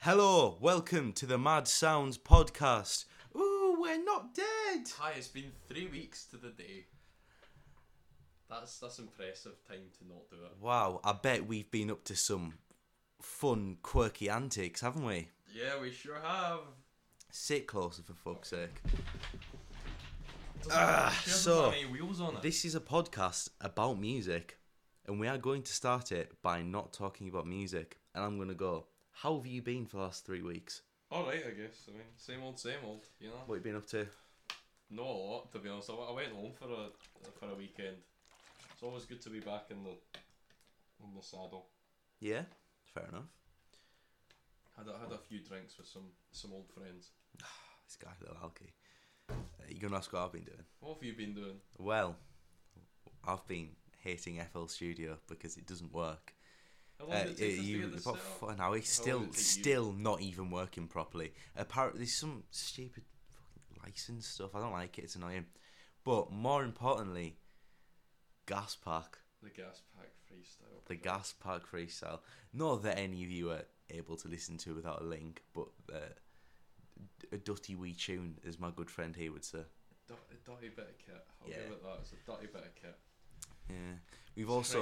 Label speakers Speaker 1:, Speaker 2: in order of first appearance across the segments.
Speaker 1: Hello, welcome to the Mad Sounds podcast. Ooh, we're not dead.
Speaker 2: Hi, it's been three weeks to the day. That's that's impressive time to not do it.
Speaker 1: Wow, I bet we've been up to some fun, quirky antics, haven't we?
Speaker 2: Yeah, we sure have.
Speaker 1: Sit closer for fuck's sake.
Speaker 2: Doesn't-
Speaker 1: Ah,
Speaker 2: sure doesn't
Speaker 1: so,
Speaker 2: have any wheels on it.
Speaker 1: This is a podcast about music, and we are going to start it by not talking about music. And I'm going to go, How have you been for the last three weeks?
Speaker 2: All right, I guess. I mean, same old, same old. You know,
Speaker 1: What have you been up to?
Speaker 2: not a lot to be honest. I, w- I went home for a for a weekend. It's always good to be back in the in the saddle.
Speaker 1: Yeah, fair enough.
Speaker 2: Had a, had a few drinks with some some old friends.
Speaker 1: This guy, little Alky. Uh, you're going to ask what I've been doing?
Speaker 2: What have you been doing?
Speaker 1: Well, I've been hating FL Studio because it doesn't work.
Speaker 2: How long did
Speaker 1: Uh,
Speaker 2: it take
Speaker 1: it-
Speaker 2: us
Speaker 1: you-
Speaker 2: to get Oh, this
Speaker 1: about
Speaker 2: set up?
Speaker 1: four- no, it's
Speaker 2: How long
Speaker 1: still
Speaker 2: did it take you?
Speaker 1: still not even working properly. Apparently, there's some stupid fucking license stuff. I don't like it. It's annoying. But more importantly, Gas Pack,
Speaker 2: The gas pack freestyle.
Speaker 1: the Gas Pack freestyle. Not that any of you are able to listen to without a link, but uh, a dutty wee tune, as my good friend here would say.
Speaker 2: Dut- a dotty bit of kit. I'll
Speaker 1: Yeah.
Speaker 2: give it that. It's a dotty bit of kit.
Speaker 1: Yeah, we've
Speaker 2: It's
Speaker 1: also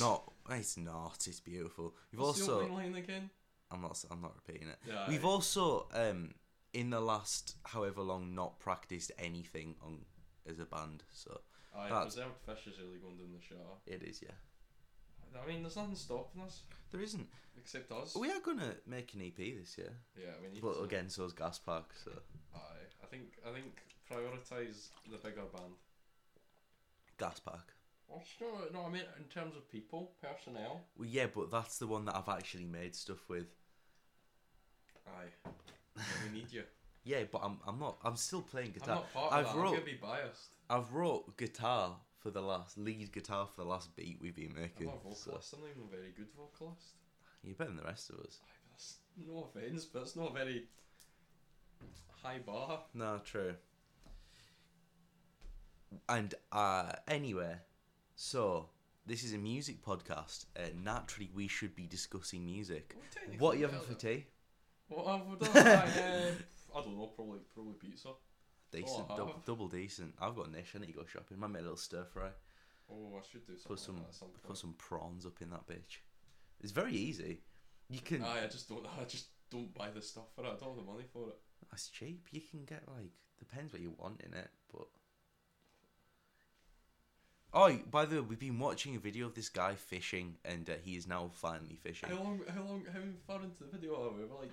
Speaker 1: not. It's not. It's beautiful. We've
Speaker 2: What's the
Speaker 1: also.
Speaker 2: opening line again?
Speaker 1: I'm not. I'm not repeating it.
Speaker 2: Yeah,
Speaker 1: We've
Speaker 2: yeah.
Speaker 1: also, um, in the last however long, not practiced anything on as a band. So
Speaker 2: Aye,
Speaker 1: That-
Speaker 2: preserved fish is really going down the shower.
Speaker 1: it is, yeah.
Speaker 2: I mean, there's nothing stopping us
Speaker 1: There isn't.
Speaker 2: except us.
Speaker 1: We are gonna make an EP this year,
Speaker 2: yeah, we need.
Speaker 1: but
Speaker 2: to.
Speaker 1: again, so's Gas Park. So
Speaker 2: Aye, I think I think prioritize the bigger band. Oh,
Speaker 1: Gas Park.
Speaker 2: Well, sure, no, I mean in terms of people, personnel.
Speaker 1: Well, yeah, but that's the one that I've actually made stuff with.
Speaker 2: Aye, we need you.
Speaker 1: Yeah, but I'm. I'm not. I'm still playing guitar.
Speaker 2: I'm not part of
Speaker 1: I've
Speaker 2: that.
Speaker 1: wrote.
Speaker 2: I'm gonna be biased.
Speaker 1: I've wrote guitar for the last lead guitar for the last beat we've been
Speaker 2: I'm
Speaker 1: making.
Speaker 2: not a
Speaker 1: so
Speaker 2: vocalist. I'm not even a very good vocalist.
Speaker 1: you're better than the rest of us.
Speaker 2: Aye, but that's no offense, but it's not a very high bar.
Speaker 1: No, true. And uh, anyway, so this is a music podcast, and naturally we should be discussing music.
Speaker 2: Well, technically,
Speaker 1: What are you
Speaker 2: yeah,
Speaker 1: having for
Speaker 2: though.
Speaker 1: tea?
Speaker 2: What have we done? Aye, uh, I don't know. Probably probably pizza.
Speaker 1: Decent,
Speaker 2: Oh, I
Speaker 1: dub-
Speaker 2: have-
Speaker 1: double decent. I've got Nish. I need to go shopping. Might make a little stir fry.
Speaker 2: Oh, I should do something
Speaker 1: Put
Speaker 2: like
Speaker 1: some,
Speaker 2: that at some point.
Speaker 1: put some prawns up in that bitch. It's very easy. You can.
Speaker 2: Aye, I Ah, just don't. I just don't buy the stuff for it. I don't have the money for it.
Speaker 1: That's cheap. You can get like depends what you want in it, but. Oh, by the way, we've been watching a video of this guy fishing, and uh, he is now finally fishing.
Speaker 2: How long? How long? How far into the video are we? We're like,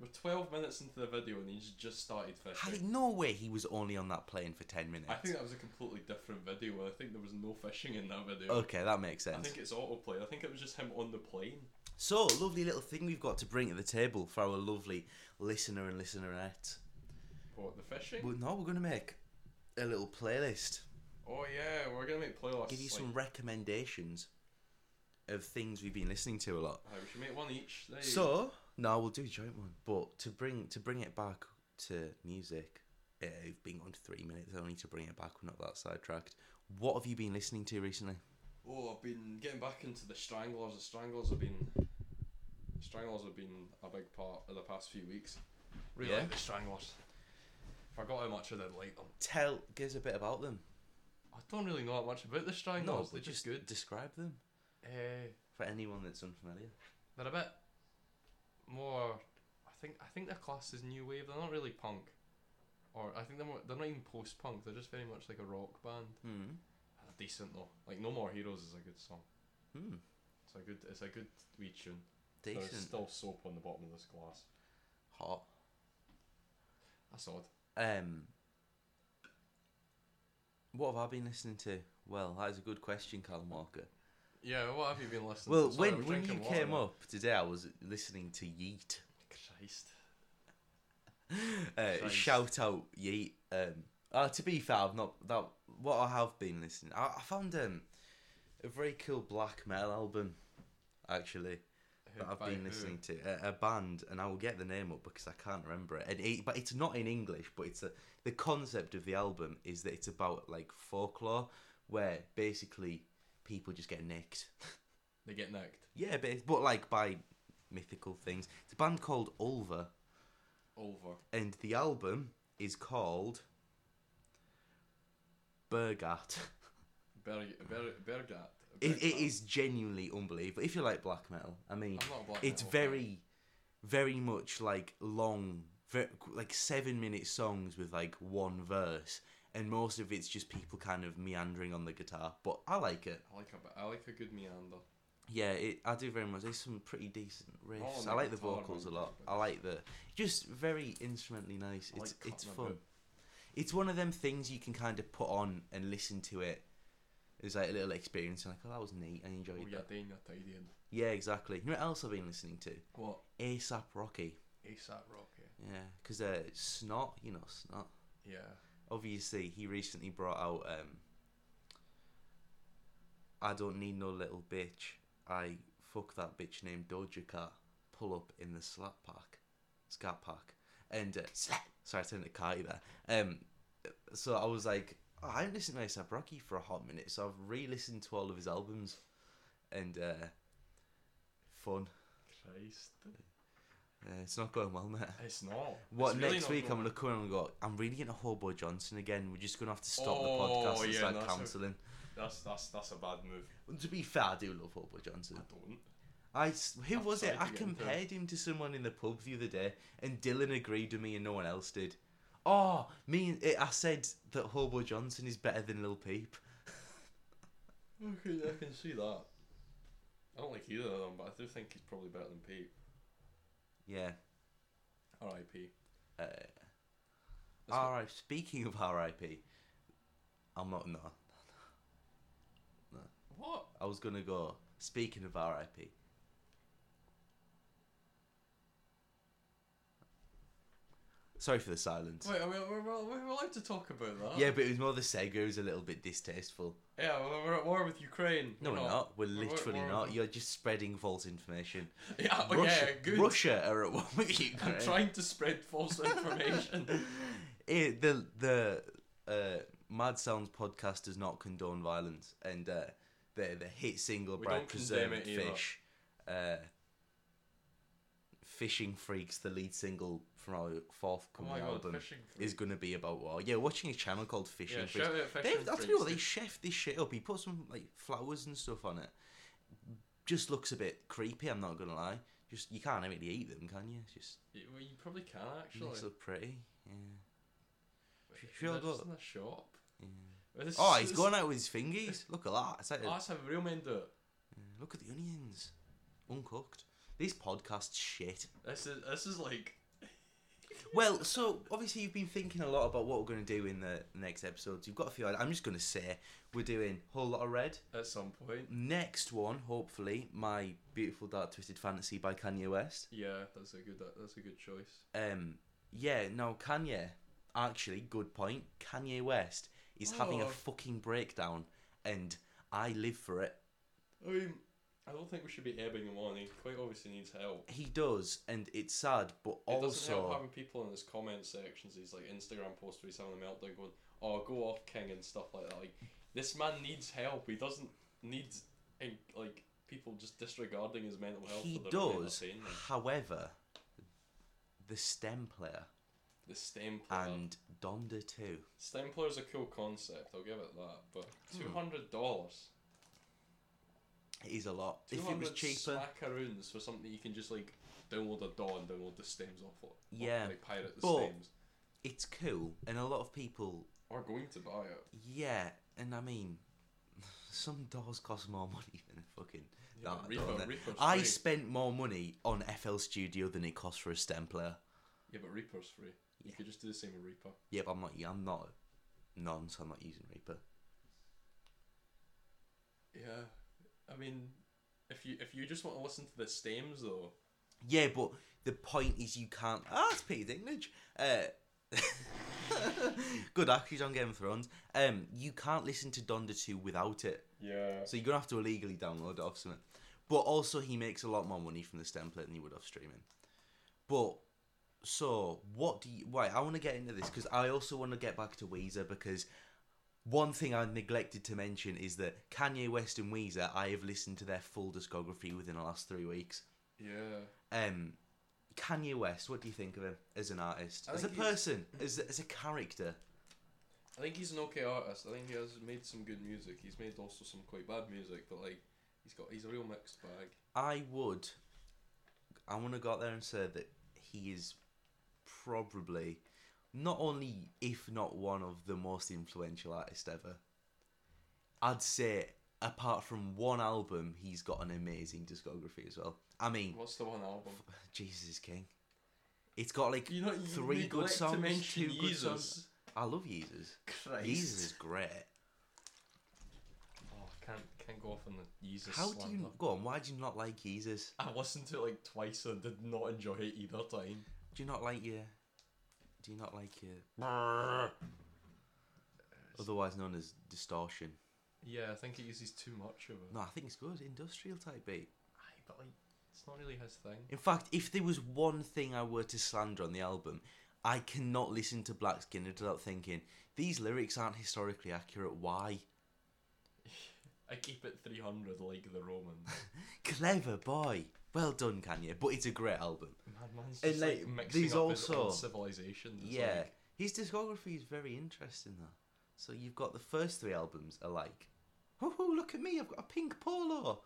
Speaker 2: we're twelve minutes into the video and he's just started
Speaker 1: How did,
Speaker 2: fishing.
Speaker 1: no way he was only on that plane for ten minutes.
Speaker 2: I think that was a completely different video. I think there was no fishing in that video.
Speaker 1: okay, that makes
Speaker 2: I
Speaker 1: sense.
Speaker 2: think it's autoplay. I think it was just him on the plane.
Speaker 1: So lovely little thing we've got to bring to the table for our lovely listener and listenerette.
Speaker 2: What the fishing?
Speaker 1: But no, we're gonna make a little playlist.
Speaker 2: oh yeah, we're gonna make playlists.
Speaker 1: Give you
Speaker 2: like-
Speaker 1: some recommendations of things we've been listening to a lot.
Speaker 2: Aye, uh, we should make one each. There you go.
Speaker 1: So no, we'll do joint one. But to bring to bring it back to music, uh, we've been on three minutes. I need to bring it back. We're not that sidetracked. What have you been listening to recently?
Speaker 2: Oh, I've been getting back into the Stranglers. The Stranglers have been, Stranglers have been a big part of the past few weeks. Really
Speaker 1: Yeah.
Speaker 2: like the Stranglers. Forgot how much I did like them.
Speaker 1: Tell give us a bit about them.
Speaker 2: I don't really know that much about the
Speaker 1: No,
Speaker 2: Stranglers.
Speaker 1: but
Speaker 2: they're
Speaker 1: just
Speaker 2: just good.
Speaker 1: describe them
Speaker 2: Uh,
Speaker 1: for anyone that's unfamiliar.
Speaker 2: they're a bit more. I think I think their class is new wave. They're not really punk, or I think they're more, they're not even post punk. They're just very much like a rock band.
Speaker 1: Hmm.
Speaker 2: They're decent though. Like No More Heroes is a good song.
Speaker 1: Hmm.
Speaker 2: It's a good it's a good wee tune.
Speaker 1: Decent.
Speaker 2: There's still soap on the bottom of this glass.
Speaker 1: Hot.
Speaker 2: That's odd.
Speaker 1: Um. What have I been listening to? Well, that is a good question, Callum Walker.
Speaker 2: Yeah, what have you been listening
Speaker 1: Well,
Speaker 2: to? Sorry,
Speaker 1: when
Speaker 2: I'm
Speaker 1: when you
Speaker 2: drinking water
Speaker 1: came
Speaker 2: now.
Speaker 1: up today, I was listening to Yeet.
Speaker 2: Christ.
Speaker 1: Uh,
Speaker 2: Christ.
Speaker 1: shout out Yeet. Um, uh, to be fair, I've not that what I have been listening. I, I found um, a very cool black metal album, actually.
Speaker 2: Who-
Speaker 1: that I've
Speaker 2: by
Speaker 1: been
Speaker 2: who?
Speaker 1: listening to a, a band, and I will get the name up because I can't remember it. And it, but it's not in English, but it's a, the concept of the album is that it's about like folklore, where basically people just get nicked.
Speaker 2: They get nicked.
Speaker 1: yeah, but it's- but like by mythical things. It's a band called Ulva,
Speaker 2: Over.
Speaker 1: and the album is called Bergat.
Speaker 2: Ber- Ber- Bergat.
Speaker 1: It, it is genuinely unbelievable. If you like black metal, I mean,
Speaker 2: I'm not a black
Speaker 1: it's
Speaker 2: metal fan.
Speaker 1: very, very much like long, ver like seven minute songs with like one verse, and most of it's just people kind of meandering on the guitar. But I like it.
Speaker 2: I like a bit- I like a good meander.
Speaker 1: Yeah, it, I do very much. There's some pretty decent riffs.
Speaker 2: Oh, the
Speaker 1: I like the
Speaker 2: guitar
Speaker 1: vocals a
Speaker 2: ones,
Speaker 1: lot.
Speaker 2: but-
Speaker 1: I like the just very instrumentally nice. It's
Speaker 2: I like
Speaker 1: it's
Speaker 2: cutting a
Speaker 1: fun.
Speaker 2: bit.
Speaker 1: It's one of them things you can kind of put on and listen to it. It's like a little experience. and like, oh, that was neat. I enjoyed
Speaker 2: Oh
Speaker 1: that.
Speaker 2: yeah, Dana tidying.
Speaker 1: Yeah, exactly. You know what else I've been listening to?
Speaker 2: What?
Speaker 1: ASAP Rocky.
Speaker 2: ASAP Rocky.
Speaker 1: Yeah, because uh, Snot, you know Snot.
Speaker 2: Yeah.
Speaker 1: Obviously, he recently brought out um, I Don't Need No Little Bitch. I fuck that bitch named Doja Cat. Pull up in the slap pack. Scat pack. And, uh, slap. sorry, I turned to Carty there. Um, so I was like, oh, I haven't listened to ASAP Rocky for a hot minute, so I've re listened to all of his albums. And, uh, fun.
Speaker 2: Christ.
Speaker 1: Uh, it's not going well, mate.
Speaker 2: It's not.
Speaker 1: What
Speaker 2: It's really
Speaker 1: next
Speaker 2: not
Speaker 1: week? I'm
Speaker 2: going-
Speaker 1: gonna come in and go. I'm reading into Hobo Johnson again. We're just gonna have to stop the
Speaker 2: Oh,
Speaker 1: podcast and
Speaker 2: yeah,
Speaker 1: start
Speaker 2: that's a-
Speaker 1: counselling.
Speaker 2: That's that's that's a bad move.
Speaker 1: And To be fair, I do love Hobo
Speaker 2: I
Speaker 1: Johnson.
Speaker 2: don't.
Speaker 1: I s- who
Speaker 2: I've
Speaker 1: was it?
Speaker 2: tried to
Speaker 1: I
Speaker 2: get into him.
Speaker 1: compared him to someone in the pub the other day, and Dylan agreed with me, and no one else did. Oh, me! and- I said that Hobo Johnson is better than Lil Peep.
Speaker 2: Okay, I can see that. I don't like either of them, but I do think he's probably better than Pete.
Speaker 1: Yeah.
Speaker 2: R.I.P.
Speaker 1: Uh,
Speaker 2: That's what-
Speaker 1: R.I. Speaking of R.I.P., I'm not. No,
Speaker 2: What?
Speaker 1: I was gonna go. Speaking of R.I.P. Sorry for the silence.
Speaker 2: Wait, are we, we're, we're, we're allowed to talk about that.
Speaker 1: Yeah, but it was more the segue was a little bit distasteful.
Speaker 2: Yeah, we're, we're at war with Ukraine. Oh.
Speaker 1: No, we're not. We're
Speaker 2: We're- we're-
Speaker 1: literally
Speaker 2: we're-
Speaker 1: not. You're just spreading false information.
Speaker 2: Yeah, oh,
Speaker 1: Russia,
Speaker 2: yeah, good.
Speaker 1: Russia are at war with Ukraine.
Speaker 2: I'm trying to spread false information.
Speaker 1: it, the the uh, Mad Sounds podcast does not condone violence, and uh, the the hit single
Speaker 2: We
Speaker 1: by
Speaker 2: don't condemn
Speaker 1: Preserved
Speaker 2: it either.
Speaker 1: Fish, uh, Fishing Freaks, the lead single from our
Speaker 2: oh
Speaker 1: forthcoming
Speaker 2: my god,
Speaker 1: album,
Speaker 2: fishing
Speaker 1: is
Speaker 2: freaks.
Speaker 1: going to be about war. Yeah, watching a channel called Fishing
Speaker 2: Yeah,
Speaker 1: Freaks.
Speaker 2: shout out fishing
Speaker 1: They've, I'll
Speaker 2: freaks.
Speaker 1: tell you what, they chef this shit up. He put some like flowers and stuff on it. Just looks a bit creepy. I'm not gonna lie. Just you can't really eat them, can you? It's just
Speaker 2: You- well, you probably can actually.
Speaker 1: nice look pretty. Yeah.
Speaker 2: Wait,
Speaker 1: you
Speaker 2: is
Speaker 1: feel
Speaker 2: that just
Speaker 1: good?
Speaker 2: in the shop.
Speaker 1: Yeah.
Speaker 2: Well, this
Speaker 1: Oh,
Speaker 2: is-
Speaker 1: he's
Speaker 2: this-
Speaker 1: going out with his fingers. Look at that. It's like,
Speaker 2: Oh, that's how real men do it.
Speaker 1: yeah, look at the onions, uncooked. This podcast's shit.
Speaker 2: This is this is like
Speaker 1: Well, so obviously you've been thinking a lot about what we're going to do in the next episodes. You've got a few. ideas. I'm just going to say we're doing whole lot of red.
Speaker 2: at some point.
Speaker 1: Next one, hopefully, my beautiful dark twisted fantasy by Kanye West.
Speaker 2: Yeah, that's a good that's a good choice.
Speaker 1: Um, yeah, no, Kanye. Actually, good point. Kanye West is having a
Speaker 2: Oh.
Speaker 1: fucking breakdown, and I live for it.
Speaker 2: I mean, I don't think we should be ebbing him on. He quite obviously needs help.
Speaker 1: He does, and it's sad, but
Speaker 2: it doesn't help
Speaker 1: also
Speaker 2: having people in his comment sections. He's like Instagram posts where he's having a meltdown, going, "Oh, go off, King," and stuff like that. Like this man needs help. He doesn't need eh, like people just disregarding his mental health.
Speaker 1: he
Speaker 2: for their own
Speaker 1: does.
Speaker 2: entertainment.
Speaker 1: However, the stem player
Speaker 2: The stem player.
Speaker 1: and Donda too.
Speaker 2: stem player is a cool concept. I'll give it that. But
Speaker 1: Hmm.
Speaker 2: two hundred dollars.
Speaker 1: It is a lot.
Speaker 2: Two
Speaker 1: If it was
Speaker 2: hundred
Speaker 1: cheaper,
Speaker 2: smackaroons for something you can just like download a DAW and download the stems off it.
Speaker 1: Yeah,
Speaker 2: Like pirate the
Speaker 1: but-
Speaker 2: stems.
Speaker 1: it's cool, and a lot of people,
Speaker 2: Or going to buy it.
Speaker 1: yeah. And I mean, some doors cost more money than a fucking.
Speaker 2: Yeah,
Speaker 1: that,
Speaker 2: but Reaper-
Speaker 1: don't they?
Speaker 2: Reaper's
Speaker 1: I
Speaker 2: free.
Speaker 1: spent more money on FL Studio than it cost for a stem player.
Speaker 2: Yeah, but Reaper's free. You could just do the same with Reaper.
Speaker 1: Yeah, but I'm not. I'm not non, so I'm not using Reaper.
Speaker 2: Yeah. I mean, if you if you just want to listen to the stems though,
Speaker 1: Yeah, but the point is you can't. Ah, it's Peter Dinklage. Uh, good actors on Game of Thrones. Um, you can't listen to Donda 2 without it,
Speaker 2: yeah,
Speaker 1: so you're gonna have to illegally download it off something. But also, he makes a lot more money from this template than he would off streaming. But so, what do you? Right, I want to get into this because I also want to get back to Weezer because one thing I neglected to mention is that Kanye West and Weezer, I have listened to their full discography within the last three weeks.
Speaker 2: Yeah.
Speaker 1: Um, Kanye West, what do you think of him as an artist,
Speaker 2: I
Speaker 1: as a
Speaker 2: think he's-
Speaker 1: person, as as a character?
Speaker 2: I think he's an okay artist. I think he has made some good music. He's made also some quite bad music, but like he's got he's a real mixed bag.
Speaker 1: I would. I want to go out there and say that he is probably not only, if not one of the most influential artists ever. I'd say, apart from one album, he's got an amazing discography as well. I mean,
Speaker 2: What's the one album?
Speaker 1: Jesus is King. It's got like
Speaker 2: You know, you
Speaker 1: three good
Speaker 2: neglect to
Speaker 1: songs,
Speaker 2: mention
Speaker 1: two good
Speaker 2: Yeezus.
Speaker 1: songs. I love Yeezus.
Speaker 2: Christ.
Speaker 1: Yeezus is great.
Speaker 2: Oh, I can't can't go off on the Yeezus.
Speaker 1: How do
Speaker 2: slander.
Speaker 1: you go on? Why do you not like Yeezus?
Speaker 2: I listened to it like twice and did not enjoy it either time.
Speaker 1: Do you not like your? Do you not like your? Otherwise known as distortion.
Speaker 2: Yeah, I think it uses too much of it.
Speaker 1: No, I think it's good. Industrial type beat.
Speaker 2: Aye, but like it's not really his thing.
Speaker 1: In fact, if there was one thing I were to slander on the album, I cannot listen to Black Skinner without thinking these lyrics aren't historically accurate. Why?
Speaker 2: I keep it 300 like the Roman.
Speaker 1: Clever boy. Well done, Kanye. But it's a great album.
Speaker 2: Madman's
Speaker 1: And,
Speaker 2: just like,
Speaker 1: like,
Speaker 2: mixing
Speaker 1: these
Speaker 2: up his
Speaker 1: also-
Speaker 2: own civilizations. It's
Speaker 1: yeah,
Speaker 2: like-
Speaker 1: his discography is very interesting though. So you've got the first three albums are like, oh look at me, I've got a pink polo,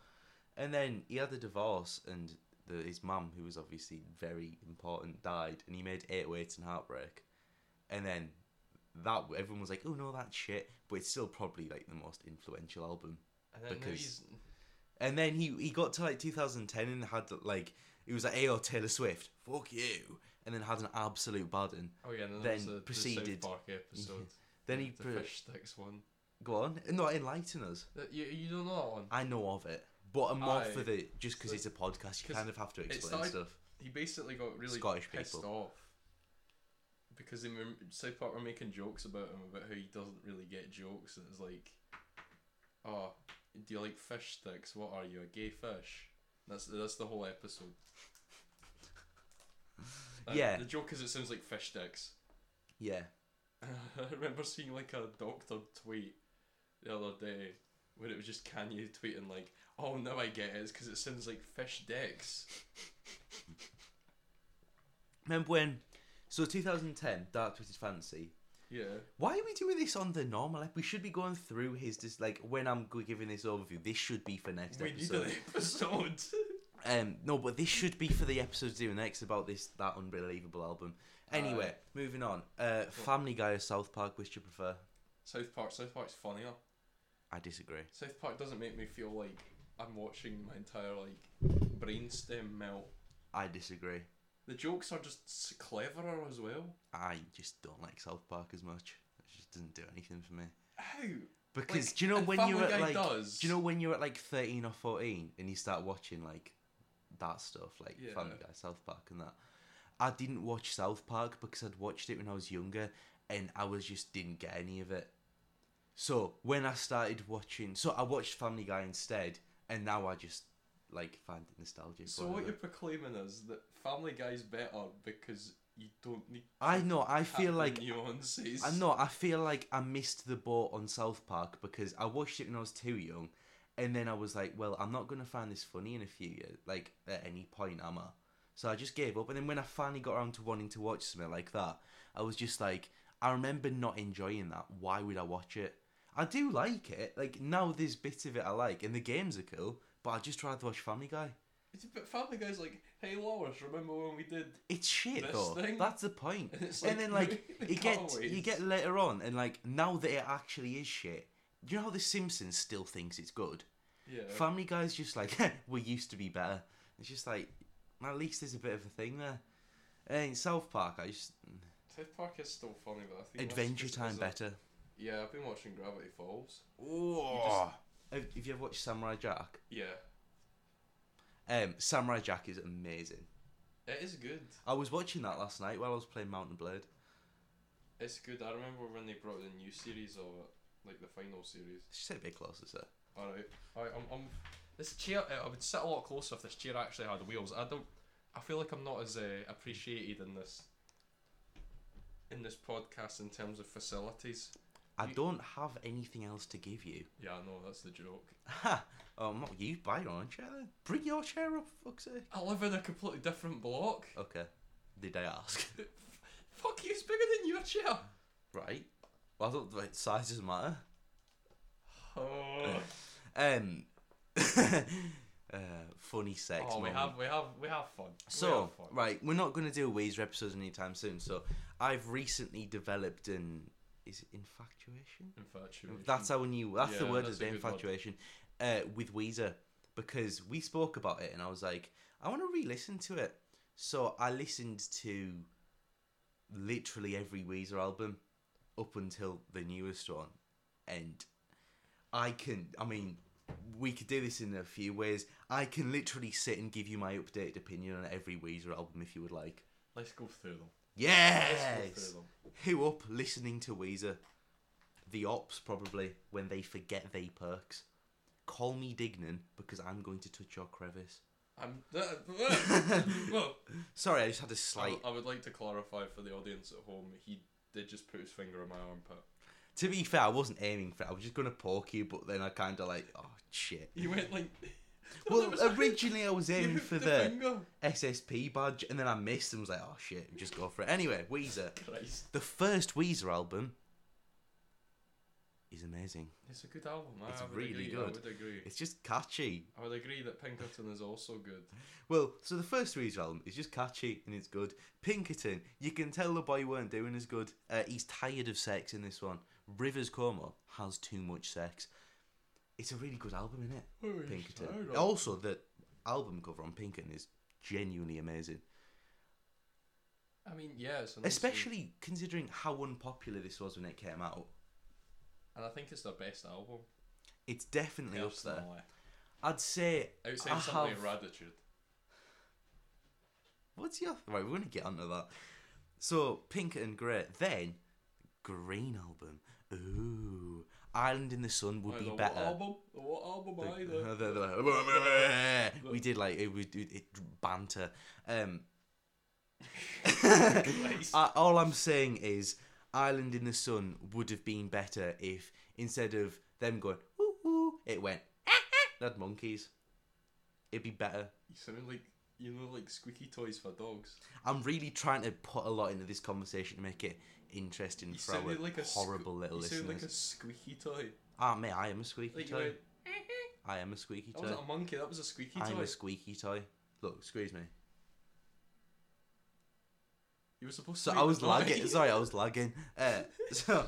Speaker 1: and then he had a divorce and the, his mum, who was obviously very important, died, and he made eight weights and heartbreak, and then that everyone was like, oh no, that's shit, but it's still probably like the most influential album.
Speaker 2: and then now
Speaker 1: because-
Speaker 2: he's
Speaker 1: And then he he got to like 2010 and had like he was like, hey, oh Taylor Swift, fuck you, and then had an absolute bad one.
Speaker 2: oh yeah, and
Speaker 1: then
Speaker 2: then, there's the,
Speaker 1: proceeded-
Speaker 2: the South Park episode.
Speaker 1: Then he
Speaker 2: the
Speaker 1: pre-
Speaker 2: fish sticks one.
Speaker 1: Go on. No, enlighten us.
Speaker 2: That- You, you don't know that one.
Speaker 1: I know of it, but I'm not for
Speaker 2: Aye.
Speaker 1: the just because
Speaker 2: So-
Speaker 1: it's a podcast. You
Speaker 2: 'cause
Speaker 1: kind of have to
Speaker 2: it's
Speaker 1: explain
Speaker 2: like-
Speaker 1: stuff.
Speaker 2: He basically got really
Speaker 1: Scottish
Speaker 2: pissed
Speaker 1: people.
Speaker 2: off because they were, South Park were making jokes about him about how he doesn't really get jokes, and it's like, oh, do you like fish sticks? What are you, a gay fish? That's that's the whole episode. And
Speaker 1: Yeah.
Speaker 2: The joke is it sounds like fish sticks.
Speaker 1: Yeah,
Speaker 2: I remember seeing like a doctor tweet the other day where it was just Kanye tweeting like, "Oh now I get it, it's because it sounds like fish dicks."
Speaker 1: remember when? So 2010, Dark Twisted Fantasy.
Speaker 2: Yeah,
Speaker 1: Why are we doing this on the normal? app? we should be going through his just like when I'm go- giving this overview. This should be for next
Speaker 2: we need
Speaker 1: episode.
Speaker 2: an episode.
Speaker 1: Um, no, but this should be for the episodes doing next about this that unbelievable album. Anyway, moving on. Uh, Family Guy or South Park? Which do you prefer?
Speaker 2: South Park. South Park's funnier.
Speaker 1: I disagree.
Speaker 2: South Park doesn't make me feel like I'm watching my entire like brainstem melt.
Speaker 1: I disagree.
Speaker 2: The jokes are just s- cleverer as well.
Speaker 1: I just don't like South Park as much. It just doesn't do anything for me.
Speaker 2: How?
Speaker 1: Because
Speaker 2: Like,
Speaker 1: do you know
Speaker 2: and
Speaker 1: when
Speaker 2: Family
Speaker 1: you're at
Speaker 2: Guy
Speaker 1: like
Speaker 2: does.
Speaker 1: do you know when you're at like thirteen or fourteen and you start watching like that stuff like
Speaker 2: Yeah.
Speaker 1: Family Guy, South Park, and that. I didn't watch South Park because I'd watched it when I was younger and I was just didn't get any of it. So when I started watching, so I watched Family Guy instead, and now I just like find it nostalgic.
Speaker 2: So
Speaker 1: whatever.
Speaker 2: what you're proclaiming is that Family Guy's better because you don't need.
Speaker 1: I know. I feel
Speaker 2: have the
Speaker 1: like
Speaker 2: nuances.
Speaker 1: I know. I feel like I missed the boat on South Park because I watched it when I was too young, and then I was like, "Well, I'm not gonna find this funny in a few years, like at any point, am I?" So I just gave up. And then when I finally got around to wanting to watch something like that, I was just like, "I remember not enjoying that. Why would I watch it?" I do like it. Like now, there's bits of it I like, and the games are cool. But I just rather watch Family Guy.
Speaker 2: It's- But Family Guy's like, hey Lois, remember when we did?
Speaker 1: It's shit
Speaker 2: This
Speaker 1: though.
Speaker 2: thing?
Speaker 1: That's the point.
Speaker 2: And it's
Speaker 1: and then
Speaker 2: like,
Speaker 1: like
Speaker 2: the
Speaker 1: you get
Speaker 2: cutaways.
Speaker 1: you get later on, and like now that it actually is shit. Do you know how The Simpsons still thinks it's good?
Speaker 2: Yeah.
Speaker 1: Family Guy's just like we used to be better. It's just like at least there's a bit of a thing there. And in South Park, I just
Speaker 2: South Park is still funny, but I think that's
Speaker 1: Adventure
Speaker 2: just
Speaker 1: Time
Speaker 2: as a-
Speaker 1: better.
Speaker 2: Yeah, I've been watching Gravity Falls.
Speaker 1: Oh. Have have you ever watched Samurai Jack?
Speaker 2: Yeah,
Speaker 1: Um, Samurai Jack is amazing.
Speaker 2: it is good.
Speaker 1: I was watching that last night while I was playing Mountain Blade.
Speaker 2: It's good. I remember when they brought the new series of it, like the final series.
Speaker 1: Just sit a bit closer, sir.
Speaker 2: All right, all right. I'm, I'm this chair. uh, I would sit a lot closer if this chair actually had wheels. I don't. I feel like I'm not as uh, appreciated in this. In this podcast, in terms of facilities,
Speaker 1: I
Speaker 2: You-
Speaker 1: don't have anything else to give you.
Speaker 2: Yeah, I know, that's the joke.
Speaker 1: Ha! Oh, not you buy your own chair then. Bring your chair up, fuck's sake.
Speaker 2: I live in a completely different block.
Speaker 1: Okay. Did I ask?
Speaker 2: Fuck you's bigger than your chair.
Speaker 1: right. Well, I don't, right, size doesn't matter.
Speaker 2: Oh,
Speaker 1: Um, uh, funny sex.
Speaker 2: oh we
Speaker 1: moment.
Speaker 2: have we have we have fun. we
Speaker 1: So
Speaker 2: have fun.
Speaker 1: right, we're not going to do a Weezer episode anytime soon. So I've recently developed an is it infatuation?
Speaker 2: Infatuation.
Speaker 1: That's our new. That's the
Speaker 2: Yeah,
Speaker 1: word
Speaker 2: that's
Speaker 1: is the
Speaker 2: a good word.
Speaker 1: infatuation uh, with Weezer because we spoke about it and I was like, I want to re-listen to it. So I listened to literally every Weezer album up until the newest one, and I can. I mean, we could do this in a few ways. I can literally sit and give you my updated opinion on every Weezer album if you would like.
Speaker 2: Let's go through them. Let's go
Speaker 1: Yes.
Speaker 2: through them.
Speaker 1: Who up listening to Weezer? The Ops probably when they forget they perks. Call me Dignan because I'm going to touch your crevice.
Speaker 2: I'm. uh, Well,
Speaker 1: Sorry, I just had a
Speaker 2: I,
Speaker 1: slight.
Speaker 2: would- I would like to clarify for the audience at home. He did just put his finger in my armpit.
Speaker 1: To be fair, I wasn't aiming for it. I was just gonna poke you, but then I kind of like, oh shit.
Speaker 2: He went like. No, there
Speaker 1: Well,
Speaker 2: was-
Speaker 1: originally I was
Speaker 2: you
Speaker 1: aiming
Speaker 2: hooked
Speaker 1: for
Speaker 2: the
Speaker 1: the
Speaker 2: finger.
Speaker 1: SSP badge, and then I missed and was like, oh shit, just go for it. Anyway, Weezer.
Speaker 2: Christ,
Speaker 1: The first Weezer album is amazing.
Speaker 2: it's a good album. I-
Speaker 1: It's
Speaker 2: I would
Speaker 1: really
Speaker 2: agree,
Speaker 1: good.
Speaker 2: I would agree.
Speaker 1: It's just catchy.
Speaker 2: I would agree that Pinkerton is also good.
Speaker 1: Well, so the first Weezer album is just catchy and it's good. Pinkerton, you can tell the boy weren't doing as good. Uh, he's tired of sex in this one. Rivers Cuomo has too much sex. It's a really good album, isn't it?
Speaker 2: Oh, he's tired
Speaker 1: Pinkerton.
Speaker 2: of-
Speaker 1: Also, the album cover on Pinkerton is genuinely amazing,
Speaker 2: I mean, yeah, it's an
Speaker 1: especially considering how unpopular this was when it came out.
Speaker 2: and I think it's their best album.
Speaker 1: It's definitely up there.
Speaker 2: Personally,
Speaker 1: I'd say
Speaker 2: outside
Speaker 1: I
Speaker 2: something
Speaker 1: have-
Speaker 2: like Raditude.
Speaker 1: What's your right? We're gonna get onto that. So pink and grey, then green album. Ooh, Island in the Sun would
Speaker 2: Aye,
Speaker 1: be
Speaker 2: the
Speaker 1: better. uh-huh.
Speaker 2: What album? The What album?
Speaker 1: The-
Speaker 2: aye, the-
Speaker 1: the- the- we did like it would it, it banter. Um,
Speaker 2: Christ.
Speaker 1: I, all I'm saying is, Island in the Sun would have been better if instead of them going woo woo, it went they had monkeys. It'd be better.
Speaker 2: You sound like you know, like squeaky toys for dogs.
Speaker 1: I'm really trying to put a lot into this conversation to make it interesting
Speaker 2: You
Speaker 1: for our
Speaker 2: sounded like a sque-
Speaker 1: horrible little
Speaker 2: you sound like a
Speaker 1: listeners.
Speaker 2: squeaky toy.
Speaker 1: Ah, mate, I am a squeaky
Speaker 2: Like you
Speaker 1: toy.
Speaker 2: went,
Speaker 1: I am a squeaky
Speaker 2: that
Speaker 1: toy.
Speaker 2: wasn't a monkey. That was a squeaky
Speaker 1: I'm
Speaker 2: toy.
Speaker 1: a squeaky toy. Look, excuse me.
Speaker 2: You were supposed
Speaker 1: So
Speaker 2: to.
Speaker 1: I
Speaker 2: make
Speaker 1: was
Speaker 2: the noise.
Speaker 1: lagging. Sorry, I was lagging. Uh, so,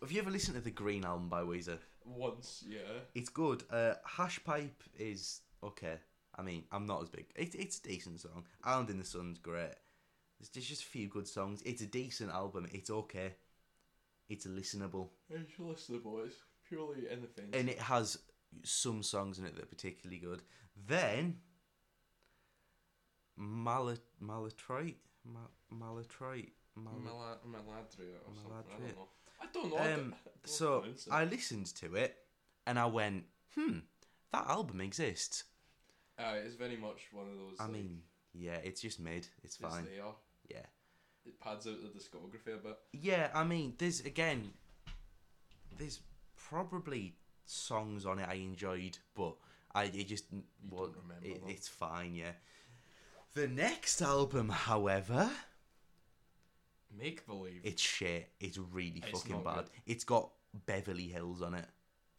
Speaker 1: have you ever listened to the Green album by Weezer?
Speaker 2: Once, yeah.
Speaker 1: It's good. Uh, Hash Pipe is okay. I mean, I'm not as big. It, it's a decent song. Island in the Sun's great. There's there's just a few good songs. It's a decent album. It's okay. It's listenable.
Speaker 2: You should listen to the boys. Purely anything.
Speaker 1: and it has some songs in it that are particularly good. Then Mal- Malatrite, Mal- Malatrite, Mal-
Speaker 2: Mala- Maladria or something. I
Speaker 1: Maladria.
Speaker 2: don't know. I don't know. I
Speaker 1: Um,
Speaker 2: don't- I don't
Speaker 1: so
Speaker 2: pronounce it.
Speaker 1: I listened to it and I went, hmm, that album exists.
Speaker 2: Aye, it's very much one of those.
Speaker 1: I
Speaker 2: like,
Speaker 1: mean, yeah, it's just mid. It's
Speaker 2: it's
Speaker 1: fine.
Speaker 2: there.
Speaker 1: Yeah.
Speaker 2: It pads out the discography a bit.
Speaker 1: Yeah, I mean, there's again, there's probably songs on it I enjoyed, but I it just wa-
Speaker 2: don't remember
Speaker 1: it,
Speaker 2: them.
Speaker 1: it's fine, yeah. The next album, however,
Speaker 2: Make believe.
Speaker 1: it's shit. It's really
Speaker 2: It's
Speaker 1: fucking
Speaker 2: not
Speaker 1: bad.
Speaker 2: good.
Speaker 1: It's got Beverly Hills on it.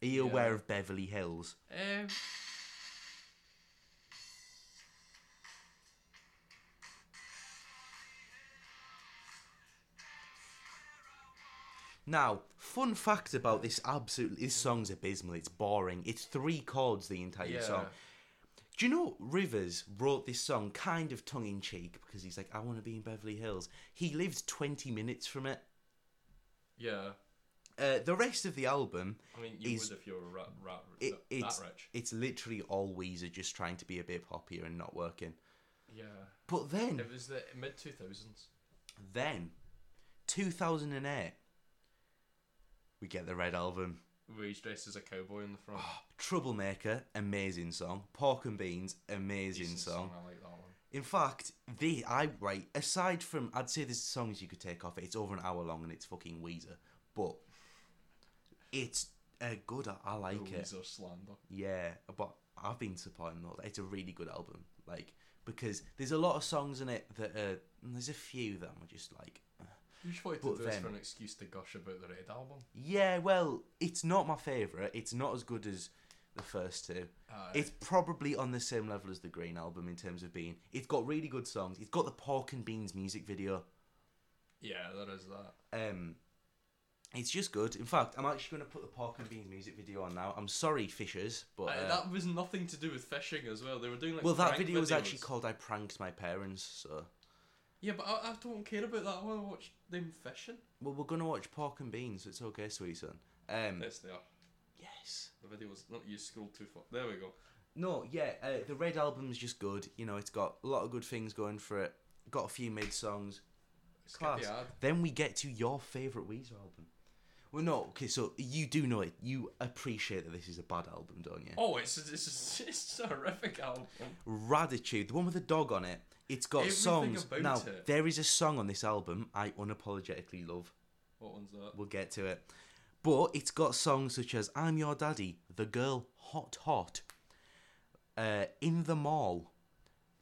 Speaker 1: Are you
Speaker 2: Yeah.
Speaker 1: aware of Beverly Hills?
Speaker 2: Um,
Speaker 1: Now, fun fact about this absolutely this song's abysmal. It's boring. It's three chords the entire
Speaker 2: yeah.
Speaker 1: song. Do you know Rivers wrote this song kind of tongue in cheek because he's like, I want to be in Beverly Hills. He lived 20 minutes from it.
Speaker 2: Yeah.
Speaker 1: Uh, the rest of the album,
Speaker 2: I mean, you
Speaker 1: Is-
Speaker 2: would if you were rat, rat,
Speaker 1: it,
Speaker 2: that
Speaker 1: it's
Speaker 2: rich.
Speaker 1: it's literally all Weezer just trying to be a bit poppier and not working.
Speaker 2: Yeah.
Speaker 1: But then,
Speaker 2: It was the mid 2000s.
Speaker 1: then, 2008, we get the Red Album.
Speaker 2: Where he's dressed as a cowboy in the front.
Speaker 1: Troublemaker, amazing song. Pork and Beans, amazing
Speaker 2: Decent
Speaker 1: song.
Speaker 2: I like that one.
Speaker 1: In fact, the I right aside from I'd say there's songs you could take off it. It's over an hour long and it's fucking Weezer. But It's a good. I like
Speaker 2: the
Speaker 1: it.
Speaker 2: Weezer slander.
Speaker 1: Yeah, but I've been supporting Lord. It's a really good album. Like because there's a lot of songs in it that are. There's a few that I'm just like,
Speaker 2: You should wanted
Speaker 1: But
Speaker 2: to do this
Speaker 1: then-
Speaker 2: for an excuse to gush about the Red album.
Speaker 1: yeah. Well, it's not my favorite. It's not as good as the first two.
Speaker 2: Uh,
Speaker 1: It's probably on the same level as the Green album in terms of being. It's got really good songs. It's got the Pork and Beans music video.
Speaker 2: yeah, there is that.
Speaker 1: Um, it's just good. In fact, I'm actually going to put the Pork and Beans music video on now. I'm sorry, Fishers, but
Speaker 2: Uh,
Speaker 1: uh,
Speaker 2: that was nothing to do with fishing as well. They were doing like
Speaker 1: well, that
Speaker 2: prank
Speaker 1: video was
Speaker 2: videos.
Speaker 1: actually called "I Pranked My Parents." So,
Speaker 2: Yeah, but I, I don't care about that. I want to watch them fishing.
Speaker 1: well, we're going to watch Pork and Beans. It's okay, sweet son. Um,
Speaker 2: Yes, they are.
Speaker 1: yes.
Speaker 2: The video was not you scrolled too far. There we go.
Speaker 1: No, yeah. Uh, the Red album's just good. You know, it's got a lot of good things going for it. Got a few mid songs.
Speaker 2: Skip
Speaker 1: Class.
Speaker 2: the ad.
Speaker 1: Then we get to your favorite Weezer album. Well, no, okay. So you do know it. You appreciate that this is a bad album, don't you?
Speaker 2: Oh, it's it's it's a horrific album.
Speaker 1: Ratitude, the one with the dog on it. It's got
Speaker 2: Everything
Speaker 1: songs.
Speaker 2: about
Speaker 1: now,
Speaker 2: it.
Speaker 1: there is a song on this album I unapologetically love.
Speaker 2: What one's that?
Speaker 1: We'll get to it. But it's got songs such as I'm Your Daddy, The Girl, Hot Hot, uh, In the Mall,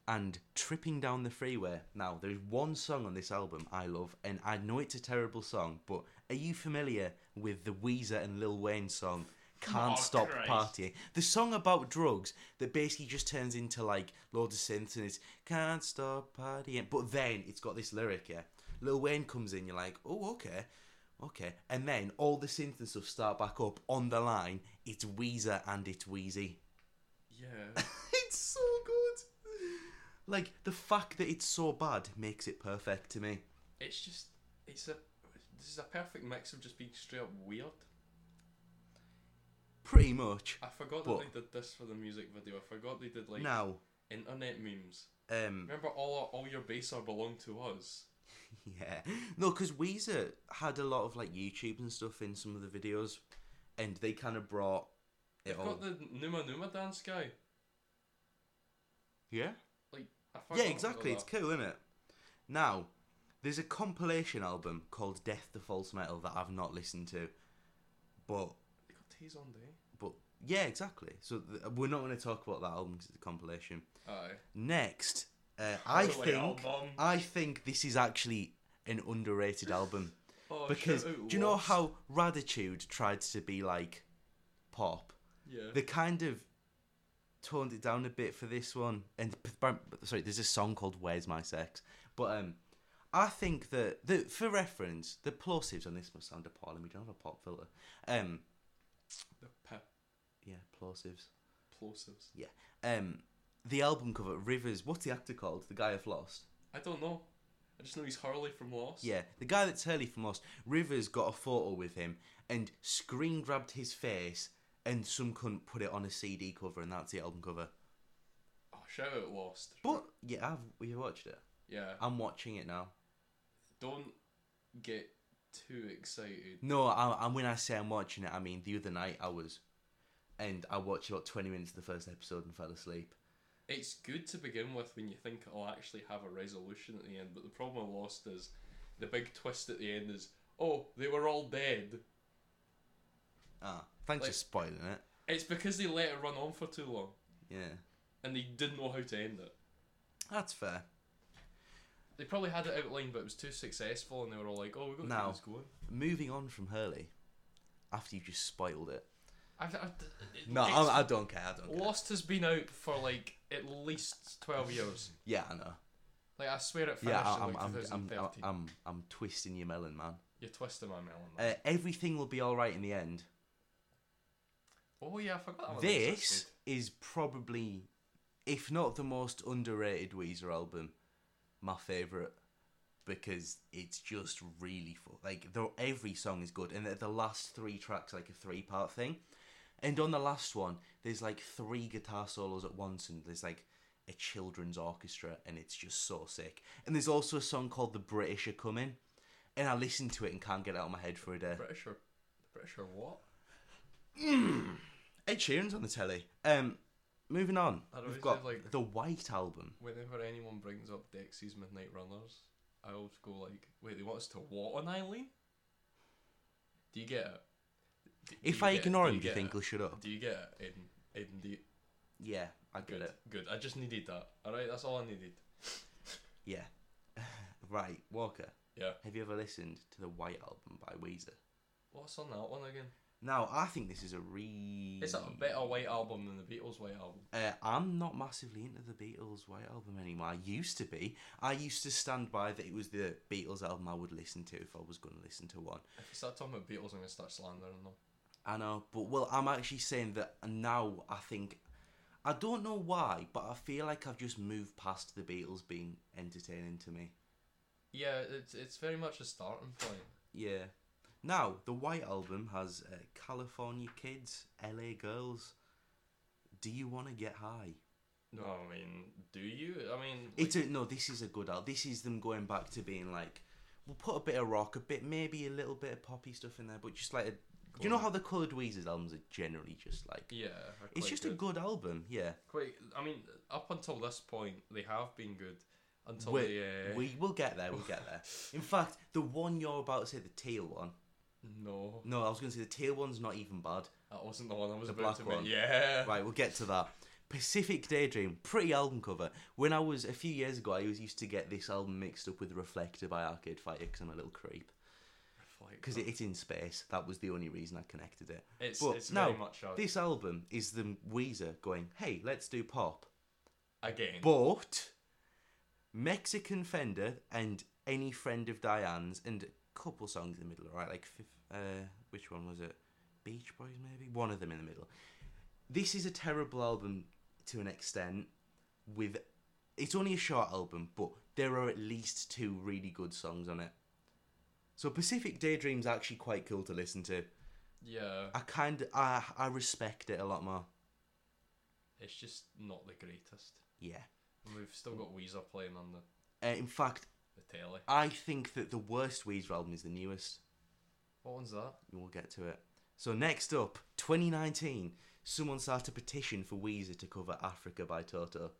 Speaker 1: and Tripping Down the Freeway. Now, there's one song on this album I love, and I know it's a terrible song, but are you familiar with the Weezer and Lil Wayne song? Can't
Speaker 2: Oh,
Speaker 1: stop
Speaker 2: Christ.
Speaker 1: partying. The song about drugs that basically just turns into like loads of synths and it's can't stop partying. But then it's got this lyric, yeah. Lil Wayne comes in, you're like, oh okay, okay. And then all the synths and stuff start back up on the line. It's Weezer and it's Wheezy
Speaker 2: Yeah.
Speaker 1: it's so good. Like the fact that it's so bad makes it perfect to me.
Speaker 2: it's just it's a this is a perfect mix of just being straight up weird.
Speaker 1: Pretty much.
Speaker 2: I forgot
Speaker 1: But-
Speaker 2: that they did this for the music video. I forgot they did like
Speaker 1: Now,
Speaker 2: internet memes.
Speaker 1: um,
Speaker 2: Remember, all our, all your base are belong to us.
Speaker 1: yeah, no, because Weezer had a lot of like YouTube and stuff in some of the videos, and they kind of brought it
Speaker 2: They've
Speaker 1: all.
Speaker 2: got the Numa Numa dance guy.
Speaker 1: Yeah.
Speaker 2: Like I forgot
Speaker 1: Yeah,
Speaker 2: about
Speaker 1: exactly. It's
Speaker 2: that.
Speaker 1: cool, isn't it? Now, there's a compilation album called Death to False Metal that I've not listened to, but
Speaker 2: they got Tease on day.
Speaker 1: but yeah, exactly. So th- we're not going to talk about that album 'cause it's a compilation.
Speaker 2: Aye.
Speaker 1: Next, uh, I
Speaker 2: Really,
Speaker 1: think
Speaker 2: album.
Speaker 1: I think this is actually an underrated album
Speaker 2: Oh,
Speaker 1: because
Speaker 2: shout
Speaker 1: do
Speaker 2: out
Speaker 1: you know
Speaker 2: Wasp.
Speaker 1: how Raditude tried to be like pop?
Speaker 2: Yeah.
Speaker 1: They kind of toned it down a bit for this one. And p- bam- sorry, there's a song called "Where's My Sex," but um, I think that the for reference, the plosives on this must sound appalling. We don't have a pop filler. Um,
Speaker 2: the pep
Speaker 1: yeah, plosives.
Speaker 2: plosives.
Speaker 1: Yeah. Um, the album cover, Rivers. What's the actor called? The guy of Lost.
Speaker 2: I don't know. I just know he's Harley from Lost.
Speaker 1: Yeah, the guy that's Hurley from Lost, Rivers got a photo with him and screen grabbed his face and some cunt put it on a CD cover and that's the album cover.
Speaker 2: Oh, shout out Lost.
Speaker 1: But yeah, I've we watched it.
Speaker 2: Yeah.
Speaker 1: I'm watching it now.
Speaker 2: Don't get too excited.
Speaker 1: No, I, and when I say I'm watching it, I mean the other night I was, and I watched about 20 minutes of the first episode and fell asleep.
Speaker 2: It's good to begin with when you think it'll actually have a resolution at the end, but the problem with Lost is the big twist at the end is oh they were all dead.
Speaker 1: Ah, thanks for
Speaker 2: Like-
Speaker 1: spoiling it.
Speaker 2: It's because they let it run on for too long
Speaker 1: Yeah,
Speaker 2: and they didn't know how to end it.
Speaker 1: that's fair.
Speaker 2: They probably had it outlined, but it was too successful, and they were all like, "Oh, we got to
Speaker 1: No.
Speaker 2: keep this going."
Speaker 1: Moving on from Hurley, after you just spoiled it.
Speaker 2: I've, I've, it-
Speaker 1: No,
Speaker 2: it's-
Speaker 1: I, I don't care. I don't care.
Speaker 2: Lost has been out for like at least twelve years.
Speaker 1: Yeah, I know.
Speaker 2: Like I swear it finished
Speaker 1: Yeah,
Speaker 2: in
Speaker 1: I'm,
Speaker 2: like
Speaker 1: I'm, I'm,
Speaker 2: 2013.
Speaker 1: I'm, I'm, I'm twisting your melon, man.
Speaker 2: You're twisting my melon.
Speaker 1: Uh, everything will be all right in the end.
Speaker 2: oh yeah, I forgot that one
Speaker 1: this
Speaker 2: existed.
Speaker 1: is probably, if not the most underrated Weezer album, my favorite because it's just really fun. Like the, every song is good, and the, the last three tracks are like a three part thing. And on the last one, there's like three guitar solos at once, and there's like a children's orchestra, and it's just so sick. And there's also a song called "The British Are Coming," and I listened to it and can't get it out of my head for a day.
Speaker 2: British or British or what?
Speaker 1: Ed Sheeran's on the telly. Um, moving on,
Speaker 2: I'd always
Speaker 1: we've got
Speaker 2: have, like-
Speaker 1: the White Album.
Speaker 2: Whenever anyone brings up Dexy's Midnight Runners, I always go like, "Wait, they want us to what on Eileen?" Do you get it? D-
Speaker 1: If
Speaker 2: you
Speaker 1: I
Speaker 2: get-
Speaker 1: ignore
Speaker 2: do
Speaker 1: him,
Speaker 2: you
Speaker 1: do you
Speaker 2: get
Speaker 1: think
Speaker 2: it?
Speaker 1: he'll shut up?
Speaker 2: Do you get it, Aiden? Aiden, do you...
Speaker 1: Yeah, I get
Speaker 2: Good,
Speaker 1: it.
Speaker 2: good. I just needed that. All right, that's all I needed.
Speaker 1: Yeah. right, Walker.
Speaker 2: Yeah.
Speaker 1: Have you ever listened to the White Album by Weezer?
Speaker 2: What's on that one again?
Speaker 1: Now, I think this is a re.
Speaker 2: Is that a better White album than the Beatles' White album?
Speaker 1: Uh, I'm not massively into the Beatles White Album anymore. I used to be. I used to stand by that it was the Beatles album I would listen to if I was going to listen to one.
Speaker 2: If I start talking about Beatles, I'm gonna start slandering them.
Speaker 1: I know, but well, I'm actually saying that now I think. I don't know why, but I feel like I've just moved past the Beatles being entertaining to me.
Speaker 2: Yeah, it's it's very much a starting point.
Speaker 1: Yeah. Now, the White Album has uh, California Kids, LA Girls, Do You Want to Get High?
Speaker 2: No, I mean, do you? I mean,
Speaker 1: It's a, no, this is a good album. This is them going back to being like, we'll put a bit of rock, a bit, maybe a little bit of poppy stuff in there, but just like a. Do you know how the Coloured Weezers albums are generally just like.
Speaker 2: yeah,
Speaker 1: It's just a good album, yeah.
Speaker 2: quite. I mean, up until this point, they have been good. Until
Speaker 1: We,
Speaker 2: they, uh,
Speaker 1: we will get there. We'll get there. In fact, the one you're about to say, the teal one.
Speaker 2: no,
Speaker 1: No, I was going to say the teal one's not even bad.
Speaker 2: that wasn't the one I was
Speaker 1: The
Speaker 2: about to
Speaker 1: black one.
Speaker 2: mention. Yeah,
Speaker 1: Right, we'll get to that. Pacific Daydream, pretty album cover. When I was a few years ago, I was used to get this album mixed up with Reflector by Arcade Fire because I'm a little creep. Because
Speaker 2: it's
Speaker 1: it's in space. That was the only reason I connected it.
Speaker 2: it's,
Speaker 1: but
Speaker 2: it's
Speaker 1: no,
Speaker 2: very much a,
Speaker 1: This album is the Weezer going, hey, let's do pop.
Speaker 2: again.
Speaker 1: But Mexican Fender and Any Friend of Diane's and a couple songs in the middle, right? Like, fif- uh, which one was it? Beach Boys, maybe? One of them in the middle. This is a terrible album to an extent. With It's only a short album, but there are at least two really good songs on it. So Pacific Daydream's actually quite cool to listen to.
Speaker 2: yeah,
Speaker 1: I kind of I I respect it a lot more.
Speaker 2: it's just not the greatest.
Speaker 1: Yeah.
Speaker 2: And we've still got Weezer playing on the,
Speaker 1: Uh, in fact,
Speaker 2: the telly.
Speaker 1: I think that the worst Weezer album is the newest.
Speaker 2: What one's that?
Speaker 1: We'll get to it. So next up, 2019, someone started a petition for Weezer to cover Africa by Toto,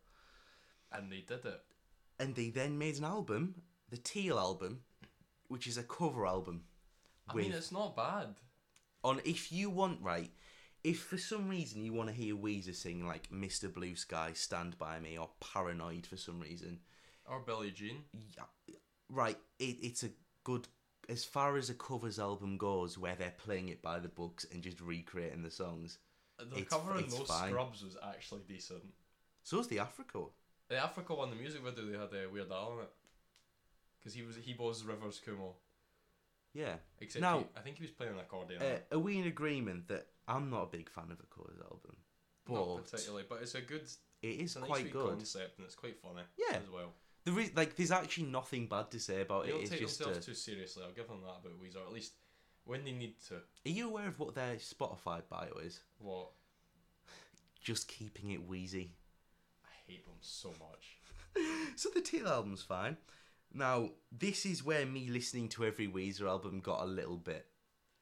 Speaker 2: And they did it.
Speaker 1: and they then made an album, the Teal album, which is a cover album.
Speaker 2: I
Speaker 1: With
Speaker 2: mean, it's not bad.
Speaker 1: on if you want right, if for some reason you want to hear Weezer sing like Mr. Blue Sky, Stand by Me, or Paranoid for some reason,
Speaker 2: Or Billie Jean.
Speaker 1: yeah, right, it, it's a good as far as a covers album goes, where they're playing it by the books and just recreating the songs.
Speaker 2: The
Speaker 1: It's-
Speaker 2: cover of
Speaker 1: it's
Speaker 2: those
Speaker 1: fine.
Speaker 2: scrubs was actually decent.
Speaker 1: So is the Africa. one.
Speaker 2: The Africa one, the music video, they had uh, Weird Al in it. Because he was he was Rivers Cuomo.
Speaker 1: Yeah.
Speaker 2: Except
Speaker 1: Now-
Speaker 2: he, I think he was playing an accordion.
Speaker 1: Uh, are we in agreement that I'm not a big fan of a covers album,
Speaker 2: not
Speaker 1: but
Speaker 2: particularly, but it's a good,
Speaker 1: it
Speaker 2: it's
Speaker 1: is
Speaker 2: a nice
Speaker 1: quite
Speaker 2: wee
Speaker 1: good.
Speaker 2: concept and it's quite funny.
Speaker 1: Yeah.
Speaker 2: as well.
Speaker 1: There is like there's actually nothing bad to say about
Speaker 2: They don't
Speaker 1: it. It's
Speaker 2: take
Speaker 1: just
Speaker 2: themselves
Speaker 1: uh,
Speaker 2: too seriously. I'll give them that about Weezer. At least when they need to.
Speaker 1: are you aware of what their Spotify bio is?
Speaker 2: What
Speaker 1: Just keeping it wheezy.
Speaker 2: I hate them so much.
Speaker 1: so the Teal album's fine. Now this is where me listening to every Weezer album got a little bit,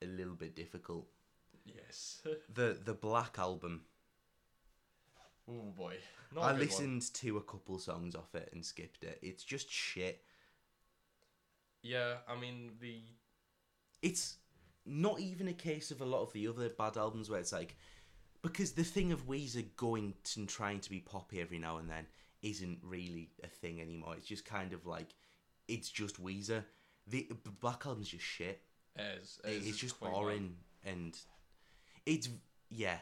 Speaker 1: a little bit difficult.
Speaker 2: Yes.
Speaker 1: The the Black album.
Speaker 2: oh boy. Not a
Speaker 1: I
Speaker 2: good One.
Speaker 1: listened to a couple songs off it and skipped it. It's just shit.
Speaker 2: Yeah, I mean the
Speaker 1: it's not even a case of a lot of the other bad albums where it's like because the thing of Weezer going to and trying to be poppy every now and then isn't really a thing anymore. It's just kind of like it's just Weezer. The Black Album's just shit.
Speaker 2: is,
Speaker 1: It-
Speaker 2: is
Speaker 1: it's just
Speaker 2: quite bad.
Speaker 1: boring and it's yeah.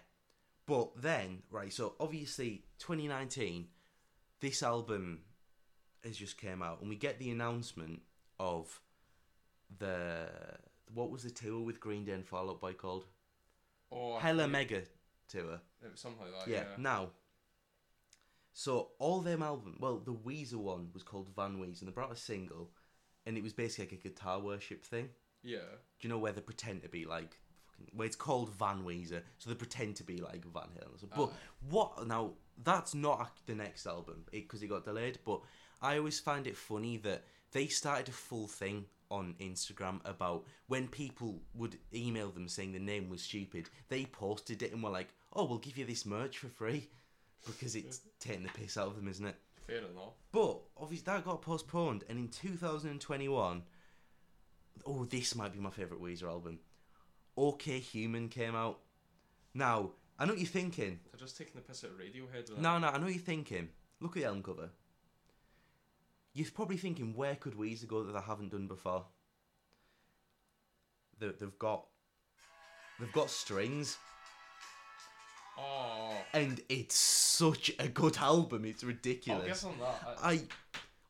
Speaker 1: But then right, so obviously 2019, this album has just came out, and we get the announcement of the what was the tour with Green Day and Fall Out Boy called?
Speaker 2: Oh, I
Speaker 1: Hella
Speaker 2: forget-
Speaker 1: Mega tour.
Speaker 2: It was something like that.
Speaker 1: yeah.
Speaker 2: Oh, Yeah.
Speaker 1: Now, so all them album, well, the Weezer one was called Van Weezer, and they brought a single, and it was basically like a guitar worship thing.
Speaker 2: Yeah.
Speaker 1: Do you know where they pretend to be like? Fucking, well, it's called Van Weezer, so they pretend to be like Van Halen. So, but
Speaker 2: Ah.
Speaker 1: what now? That's not ac- the next album because it, got delayed. But I always find it funny that they started a full thing on Instagram about when people would email them saying the name was stupid. They posted it and were like, "Oh, we'll give you this merch for free," because it's taking the piss out of them, isn't it?
Speaker 2: Fair enough.
Speaker 1: But obviously that got postponed, and in 2021, oh, this might be my favorite Weezer album. OK Human came out. Now, I know what you're thinking.
Speaker 2: They're just taking the piss out of Radiohead. with
Speaker 1: No,
Speaker 2: that.
Speaker 1: no, I know what you're thinking. Look at the album cover. You're probably thinking, where could Weezer go that they haven't done before? They, they've got, they've got strings,
Speaker 2: Oh,
Speaker 1: and it's such a good album. It's
Speaker 2: I'll give
Speaker 1: ridiculous.
Speaker 2: them that. I,
Speaker 1: I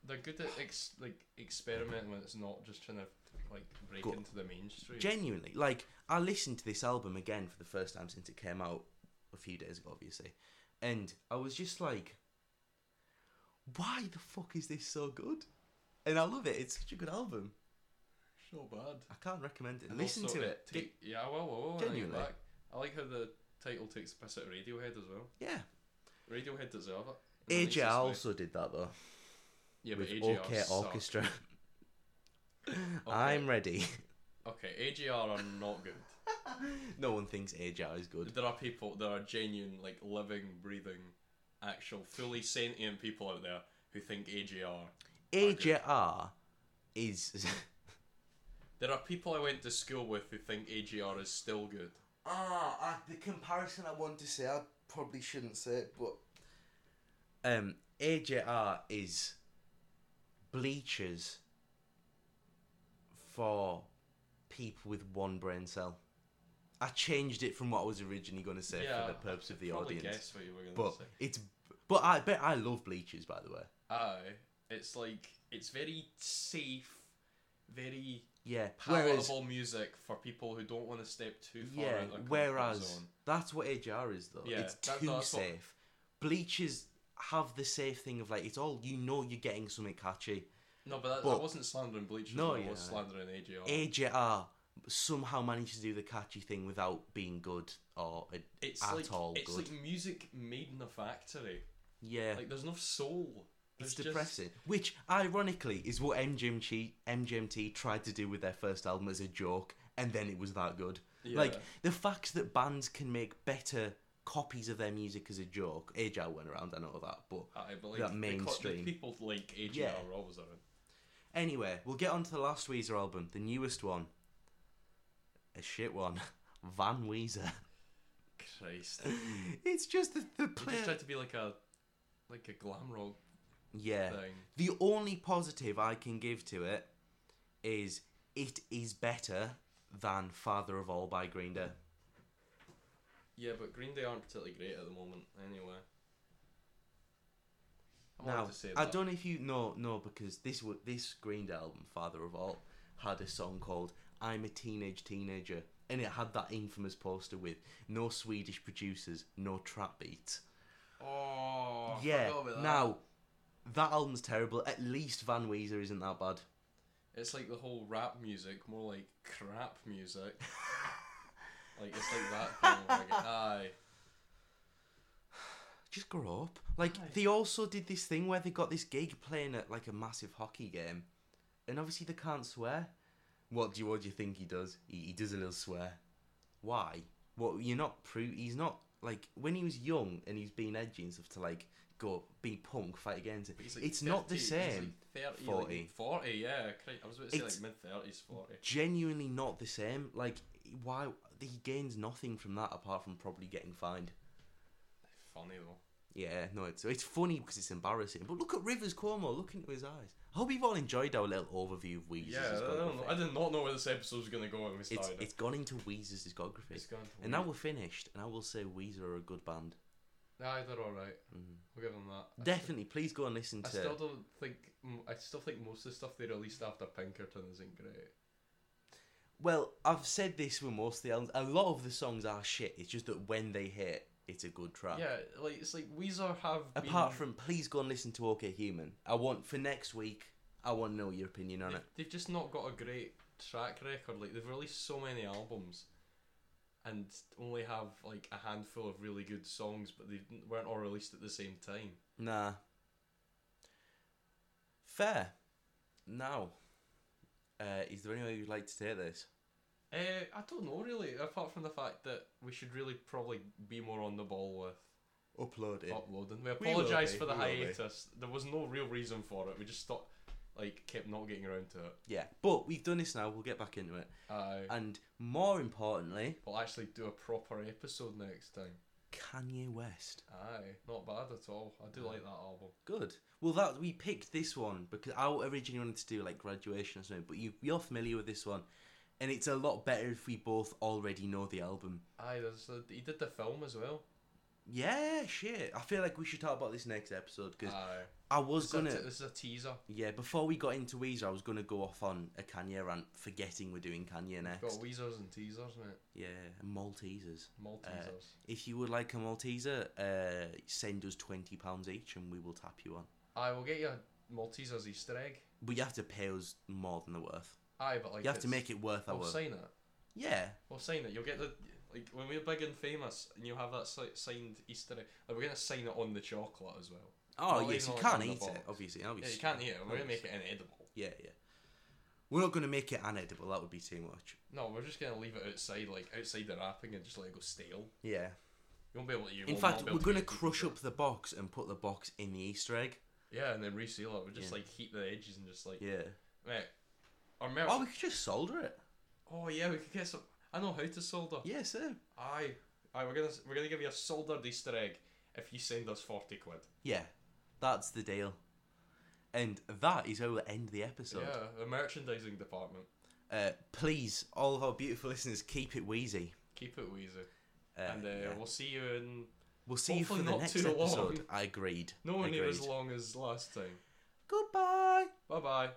Speaker 2: they're good at ex, like experimenting when it's not just trying to like break
Speaker 1: Go-
Speaker 2: into the mainstream.
Speaker 1: genuinely like. I listened to this album again for the first time since it came out a few days ago, obviously, and I was just like, why the fuck is this so good? And I love it. It's such a good album.
Speaker 2: so bad.
Speaker 1: I can't recommend it.
Speaker 2: And
Speaker 1: Listen
Speaker 2: also
Speaker 1: to it. Get-
Speaker 2: take- yeah, I will. I will. when I get
Speaker 1: Genuinely.
Speaker 2: back. I like how the title takes the piss out of Radiohead as well.
Speaker 1: yeah.
Speaker 2: Radiohead deserve it. in the
Speaker 1: AJR
Speaker 2: nicest way.
Speaker 1: also did that though.
Speaker 2: Yeah, but
Speaker 1: with
Speaker 2: AJR
Speaker 1: OK
Speaker 2: suck.
Speaker 1: Orchestra. I'm ready.
Speaker 2: Okay, AJR are not good.
Speaker 1: no one thinks AJR is good.
Speaker 2: There are people, there are genuine, like, living, breathing, actual, fully sentient people out there who think AJR. good.
Speaker 1: AJR is.
Speaker 2: There are people I went to school with who think AJR is still good.
Speaker 1: ah, the comparison I want to say, I probably shouldn't say it, but. Um, AJR is bleachers for people with one brain cell. I changed it from what I was originally going to say for the purpose of the
Speaker 2: probably
Speaker 1: audience.
Speaker 2: guess what you were going
Speaker 1: But
Speaker 2: to say.
Speaker 1: it's but I bet I love bleachers by the way.
Speaker 2: Aye, it's like, it's very safe, very
Speaker 1: Yeah. Whereas
Speaker 2: palatable music for people who don't want to step too far
Speaker 1: yeah,
Speaker 2: out of their comfort
Speaker 1: whereas
Speaker 2: zone.
Speaker 1: that's what AJR is though.
Speaker 2: Yeah,
Speaker 1: it's
Speaker 2: that-
Speaker 1: too
Speaker 2: that's what-
Speaker 1: safe. Bleachers have the safe thing of like it's all you know you're getting something catchy.
Speaker 2: No, but that, I
Speaker 1: but-
Speaker 2: wasn't slandering Bleachers,
Speaker 1: No,
Speaker 2: no, I
Speaker 1: yeah.
Speaker 2: was slandering AJR.
Speaker 1: AJR somehow managed to do the catchy thing without being good or uh, a,
Speaker 2: it's
Speaker 1: at
Speaker 2: like,
Speaker 1: all
Speaker 2: it's
Speaker 1: good.
Speaker 2: like music made in a factory.
Speaker 1: yeah.
Speaker 2: Like there's no soul.
Speaker 1: it's
Speaker 2: There's just-
Speaker 1: depressing, which ironically is what MGMT, MGMT tried to do with their first album as a joke, and then it was that good. Like
Speaker 2: Yeah.
Speaker 1: the fact that bands can make better copies of their music as a joke. AJR went around, I know that, but
Speaker 2: Aye, but like,
Speaker 1: that
Speaker 2: the co- the
Speaker 1: mainstream.
Speaker 2: people like AJR
Speaker 1: Yeah.
Speaker 2: are always around.
Speaker 1: anyway, we'll get on to the last Weezer album, the newest one, a shit one, Van Weezer.
Speaker 2: Christ.
Speaker 1: it's just the, the
Speaker 2: They just
Speaker 1: play.
Speaker 2: tried to be like a like a glam rock
Speaker 1: Yeah,
Speaker 2: thing.
Speaker 1: the only positive I can give to it is it is better than Father of All by Green Day.
Speaker 2: Yeah, but Green Day aren't particularly great at the moment anyway. I
Speaker 1: Now,
Speaker 2: wanted to say
Speaker 1: I
Speaker 2: that.
Speaker 1: don't know if you no no because this wa- this Green Day album, Father of All, had a song called "I'm a Teenage Teenager," and it had that infamous poster with no Swedish producers, no trap beats.
Speaker 2: Oh I
Speaker 1: yeah.
Speaker 2: forgot about that.
Speaker 1: Now, that album's terrible. At least Van Weezer isn't that bad.
Speaker 2: it's like the whole rap music, more like crap music. like it's like that thing over again. Aye.
Speaker 1: Just grow up. Like
Speaker 2: Aye.
Speaker 1: they also did this thing where they got this gig playing at like a massive hockey game, and obviously they can't swear. What do you what do you think he does? He, he does a little swear. Why? What you're not pro he's not like when he was young and he's being edgy and stuff to like go be punk fight against it.
Speaker 2: But he's like
Speaker 1: it's not the
Speaker 2: 30, he's
Speaker 1: same.
Speaker 2: Like 30, 40.
Speaker 1: 40.
Speaker 2: 40, yeah. Christ, I was about to say
Speaker 1: It's-
Speaker 2: like mid 30s, 40.
Speaker 1: Genuinely not the same. Like why he gains nothing from that apart from probably getting fined.
Speaker 2: Funny though.
Speaker 1: Yeah, no, it's it's funny because it's embarrassing. But look at Rivers Cuomo, look into his eyes. I hope you've all enjoyed our little overview of Weezer's
Speaker 2: Yeah, I, don't know.
Speaker 1: discography.
Speaker 2: I did not know where this episode was going to go when we
Speaker 1: It's
Speaker 2: started.
Speaker 1: it's gone into Weezer's discography,
Speaker 2: it's going to
Speaker 1: and now we're finished. And I will say Weezer are a good band.
Speaker 2: Nah, they're all right.
Speaker 1: Mhm.
Speaker 2: We'll give them that. I
Speaker 1: Definitely, please go and listen
Speaker 2: still- I
Speaker 1: to.
Speaker 2: still don't think. m- I still think most of the stuff they released after Pinkerton isn't great.
Speaker 1: Well, I've said this with most of the albums. A lot of the songs are shit. It's just that when they hit, it's a good track.
Speaker 2: Yeah, like it's like Weezer have.
Speaker 1: Apart
Speaker 2: been,
Speaker 1: from, please go and listen to OK Human. I want for next week. I want to know your opinion on
Speaker 2: they've,
Speaker 1: it.
Speaker 2: they've just not got a great track record. Like they've released so many albums, and only have like a handful of really good songs, but they weren't all released at the same time.
Speaker 1: Nah. Fair. Now, uh, is there any way you'd like to take this?
Speaker 2: Uh, I don't know really. Apart from the fact that we should really probably be more on the ball with
Speaker 1: Upload
Speaker 2: uploading. We
Speaker 1: We will
Speaker 2: apologise
Speaker 1: be,
Speaker 2: for the
Speaker 1: we will be.
Speaker 2: hiatus. There was no real reason for it. We just thought like kept not getting around to it.
Speaker 1: Yeah, but we've done this now. We'll get back into it.
Speaker 2: Aye.
Speaker 1: And more importantly,
Speaker 2: we'll actually do a proper episode next time.
Speaker 1: Kanye West.
Speaker 2: Aye, not bad at all. I do like that album.
Speaker 1: Good. Well, that we picked this one because I originally wanted to do like graduation or something, but you you're familiar with this one, and it's a lot better if we both already know the album.
Speaker 2: Aye, there's a, he did the film as well.
Speaker 1: Yeah, shit. I feel like we should talk about this next episode because
Speaker 2: Aye.
Speaker 1: I was
Speaker 2: This is, a,
Speaker 1: gonna.
Speaker 2: t- this is a teaser.
Speaker 1: Yeah, before we got into Weezer, I was gonna go off on a Kanye rant, forgetting we're doing Kanye next.
Speaker 2: Got Weezers and teasers, mate.
Speaker 1: Yeah, Maltesers.
Speaker 2: Maltesers.
Speaker 1: If you would like a Malteser, uh, send us twenty pounds each, and we will tap you on.
Speaker 2: Aye, we'll get you a Maltesers Easter egg.
Speaker 1: But you have to pay us more than the worth.
Speaker 2: Aye, but like Oh,
Speaker 1: You have to
Speaker 2: it's-
Speaker 1: make it worth our.
Speaker 2: We'll sign it.
Speaker 1: Yeah,
Speaker 2: We'll sign it. You'll get the like when we're big and famous, and you'll have that si- signed Easter egg. Like, we're gonna sign it on the chocolate as well.
Speaker 1: Oh
Speaker 2: Not
Speaker 1: yes,
Speaker 2: even
Speaker 1: you
Speaker 2: on- on
Speaker 1: can't
Speaker 2: the
Speaker 1: eat it.
Speaker 2: box.
Speaker 1: Obviously, that would be
Speaker 2: Yeah, you
Speaker 1: stupid.
Speaker 2: can't eat it. We're gonna make it inedible.
Speaker 1: Yeah, yeah. We're not going to make it inedible. That would be too much.
Speaker 2: No, we're just gonna leave it outside, like outside the wrapping, and just let it go stale.
Speaker 1: Yeah.
Speaker 2: You won't be able to. You
Speaker 1: In
Speaker 2: will
Speaker 1: fact,
Speaker 2: not be
Speaker 1: we're
Speaker 2: able
Speaker 1: going to
Speaker 2: eat it.
Speaker 1: crush up the box and put the box in the Easter egg.
Speaker 2: Yeah, and then reseal it. We just
Speaker 1: Yeah.
Speaker 2: like heat the edges and just like
Speaker 1: Yeah.
Speaker 2: mate. Our merch.
Speaker 1: Oh,
Speaker 2: Oh,
Speaker 1: we could just solder it.
Speaker 2: yeah, we could get some. I know how to solder.
Speaker 1: Yeah, sir.
Speaker 2: Aye, aye. We're gonna s- we're gonna give you a soldered Easter egg if you send us forty quid.
Speaker 1: Yeah. That's the deal. And that is how we'll end the episode.
Speaker 2: Yeah, the merchandising department.
Speaker 1: Uh, please, all of our beautiful listeners, keep it wheezy.
Speaker 2: Keep it wheezy.
Speaker 1: Uh,
Speaker 2: and uh,
Speaker 1: yeah.
Speaker 2: we'll see you in
Speaker 1: We'll see you for
Speaker 2: hopefully
Speaker 1: the
Speaker 2: not
Speaker 1: next
Speaker 2: too long.
Speaker 1: episode. I agreed.
Speaker 2: nowhere near
Speaker 1: Agreed.
Speaker 2: as long as last time.
Speaker 1: Goodbye.
Speaker 2: Bye bye.